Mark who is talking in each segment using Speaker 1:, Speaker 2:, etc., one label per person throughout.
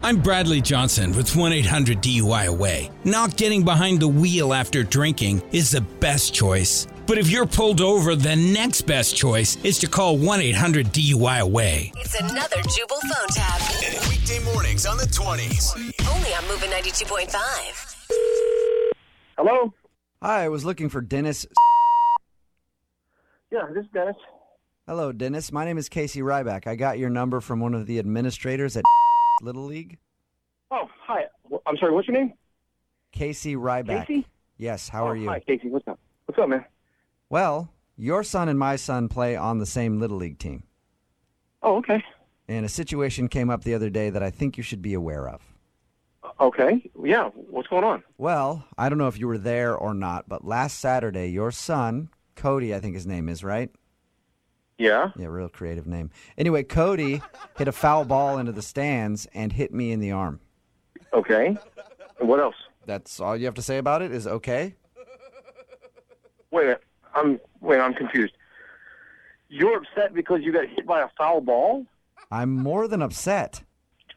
Speaker 1: I'm Bradley Johnson with 1 800 DUI Away. Not getting behind the wheel after drinking is the best choice. But if you're pulled over, the next best choice is to call 1 800 DUI Away.
Speaker 2: It's another Jubal phone tab.
Speaker 3: Weekday mornings on the 20s.
Speaker 2: Only on Moving 92.5.
Speaker 4: Hello?
Speaker 5: Hi, I was looking for Dennis.
Speaker 4: Yeah, this is Dennis.
Speaker 5: Hello, Dennis. My name is Casey Ryback. I got your number from one of the administrators at Little League.
Speaker 4: Oh, hi. Wh- I'm sorry, what's your name?
Speaker 5: Casey Ryback.
Speaker 4: Casey?
Speaker 5: Yes, how are
Speaker 4: Oh,
Speaker 5: you?
Speaker 4: Hi, Casey. What's up? What's up, man?
Speaker 5: Well, your son and my son play on the same Little League team.
Speaker 4: Oh, okay.
Speaker 5: And a situation came up the other day that I think you should be aware of.
Speaker 4: Okay. Yeah, what's going on?
Speaker 5: Well, I don't know if you were there or not, but last Saturday, your son, Cody, I think his name is, right?
Speaker 4: Yeah?
Speaker 5: Yeah, real creative name. Anyway, Cody hit a foul ball into the stands and hit me in the arm.
Speaker 4: Okay. And what else?
Speaker 5: That's all you have to say about it is okay?
Speaker 4: Wait a minute. I'm, wait, I'm confused. You're upset because you got hit by a foul ball?
Speaker 5: I'm more than upset.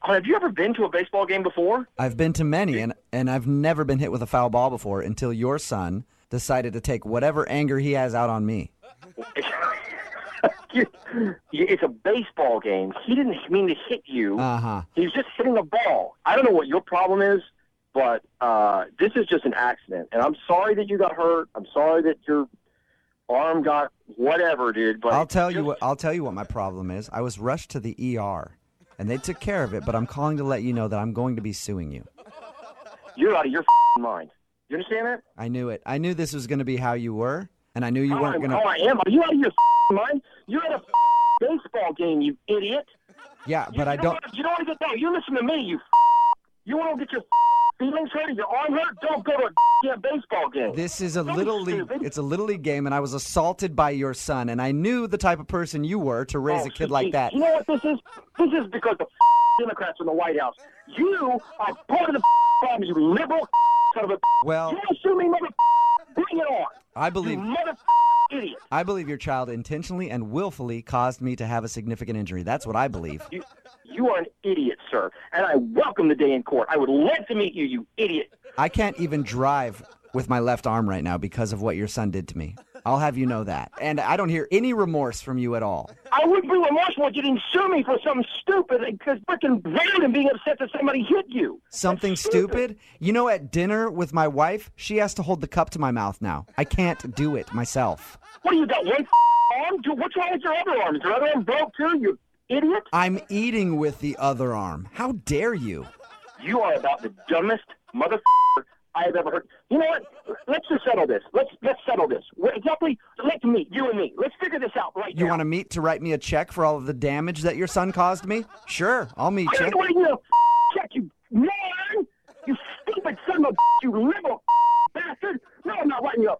Speaker 4: Oh, Have you ever been to a baseball game before?
Speaker 5: I've been to many, and, and I've never been hit with a foul ball before until your son decided to take whatever anger he has out on me.
Speaker 4: You- it's a baseball game. He didn't mean to hit you.
Speaker 5: Uh huh.
Speaker 4: He's just hitting a ball. I don't know what your problem is, but uh, this is just an accident. And I'm sorry that you got hurt. I'm sorry that your arm got whatever, dude. But
Speaker 5: I'll tell you
Speaker 4: just-
Speaker 5: what. I'll tell you what my problem is. I was rushed to the ER, and they took care of it. But I'm calling to let you know that I'm going to be suing you.
Speaker 4: You're out of your fing mind. You understand that?
Speaker 5: I knew it. I knew this was going to be how you were, and I knew you weren't
Speaker 4: oh,
Speaker 5: going to.
Speaker 4: oh, I am. Are you out of your fing mind? You're at a fing baseball game, you idiot.
Speaker 5: Yeah,
Speaker 4: You-
Speaker 5: but
Speaker 4: you
Speaker 5: I don't.
Speaker 4: wanna- You don't want to get down. You listen to me. You. F- you want to get your fing feelings hurt? or Your arm hurt? Don't go to a damn baseball game.
Speaker 5: This is a
Speaker 4: Don't be
Speaker 5: little league.
Speaker 4: stupid.
Speaker 5: It's a little league game, and I was assaulted by your son, and I knew the type of person you were to raise
Speaker 4: Oh,
Speaker 5: a kid
Speaker 4: see,
Speaker 5: like that.
Speaker 4: You know what this is? This is because the Democrats in the White House. You are part of the problem, you liberal son of a.
Speaker 5: Well,
Speaker 4: You sue me, mother. Bring it on.
Speaker 5: I
Speaker 4: You
Speaker 5: believe
Speaker 4: mother idiot.
Speaker 5: I believe your child intentionally and willfully caused me to have a significant injury. That's what I believe.
Speaker 4: You, you are an idiot, sir. And I welcome the day in court. I would love to meet you, you idiot.
Speaker 5: I can't even drive with my left arm right now because of what your son did to me. I'll have you know that. And I don't hear any remorse from you at all.
Speaker 4: I wouldn't be remorseful if you didn't sue me for something stupid because freaking violent and being upset that somebody hit you.
Speaker 5: Something stupid? You know, at dinner with my wife, she has to hold the cup to my mouth now. I can't do it myself.
Speaker 4: What do you got? One arm? Dude, What's wrong with your other arm? Is your other arm broke too? You idiot.
Speaker 5: I'm eating with the other arm. How dare you?
Speaker 4: You are about the dumbest motherfucker I have ever heard. You know what? Let's just settle this. Let's let's settle this. We're exactly. Let's meet you and me. Let's figure this out right
Speaker 5: You
Speaker 4: now.
Speaker 5: want to meet to write me a check for all of the damage that your son caused me? Sure, I'll meet
Speaker 4: I
Speaker 5: you.
Speaker 4: don't want you to check you man. You stupid son of a you liberal bastard. No, I'm not writing you a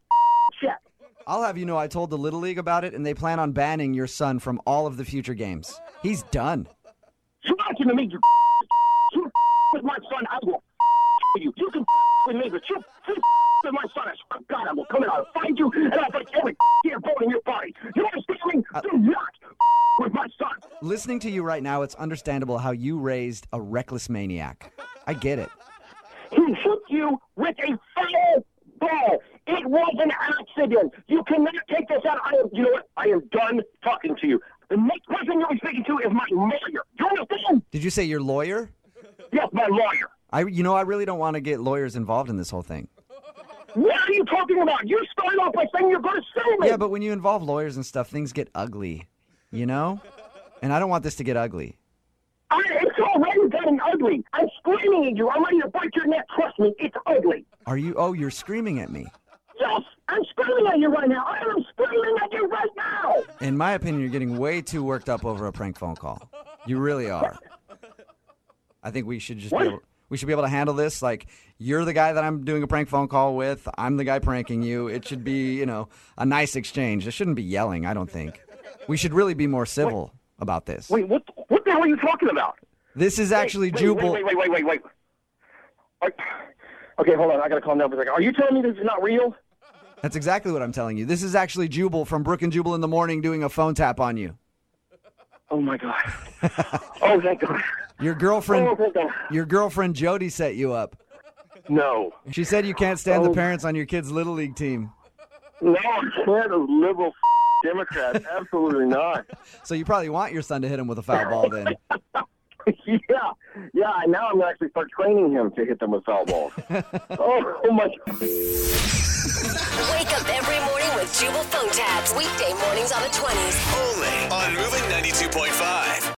Speaker 4: check.
Speaker 5: I'll have you know I told the Little League about it and they plan on banning your son from all of the future games. He's done.
Speaker 4: You're not going to meet you. You with my son, I will with you. You can with me, but you with my son, I swear to God, I will come and I'll find you and I'll break every hair bone in your body. You understand me? Do not with my son.
Speaker 5: Listening to you right now, it's understandable how you raised a reckless maniac. I get it.
Speaker 4: He hit you with a foul ball. It was an accident. You cannot take this out. I am, you know what? I am done talking to you. The next person you'll be speaking to is my lawyer. You understand?
Speaker 5: Did you say your lawyer?
Speaker 4: Yes, my lawyer.
Speaker 5: I you know I really don't want to get lawyers involved in this whole thing.
Speaker 4: What are you talking about? You started off by saying you're going to sue me.
Speaker 5: Yeah, but when you involve lawyers and stuff, things get ugly, you know? And I don't want this to get ugly.
Speaker 4: I, it's already getting ugly. I'm screaming at you. I'm ready to break your neck. Trust me, it's ugly.
Speaker 5: Are you Oh, you're screaming at me.
Speaker 4: Yes, I'm screaming at you right now. I am screaming at you right now.
Speaker 5: In my opinion, you're getting way too worked up over a prank phone call. You really are. I think we should just be
Speaker 4: What?
Speaker 5: able, we should be able to handle this. Like you're the guy that I'm doing a prank phone call with. I'm the guy pranking you. It should be you know a nice exchange. It shouldn't be yelling. I don't think we should really be more civil about this.
Speaker 4: Wait, what? What the hell are you talking about?
Speaker 5: this is actually
Speaker 4: wait,
Speaker 5: Jubal.
Speaker 4: Wait, wait, wait, wait, wait. wait. Are, okay, hold on. I gotta calm down for a second. Are you telling me this is not real?
Speaker 5: That's exactly what I'm telling you. This is actually Jubal from Brook and Jubal in the morning doing a phone tap on you.
Speaker 4: Oh my god. oh thank God.
Speaker 5: Your girlfriend,
Speaker 4: Oh, thank God.
Speaker 5: your girlfriend Jody set you up.
Speaker 4: No.
Speaker 5: She said you can't stand the
Speaker 4: Oh.
Speaker 5: parents on your kids' little league team,
Speaker 4: No, I can't. A liberal Democrat. Absolutely not.
Speaker 5: so you probably want your son to hit him with a foul ball. Then
Speaker 4: yeah. Yeah. and Now I'm actually for training him to hit them with foul balls. oh, oh, my God.
Speaker 2: Wake up every morning with Jubal phone tabs. Weekday mornings on the 20s.
Speaker 3: Only on Moving 92.5.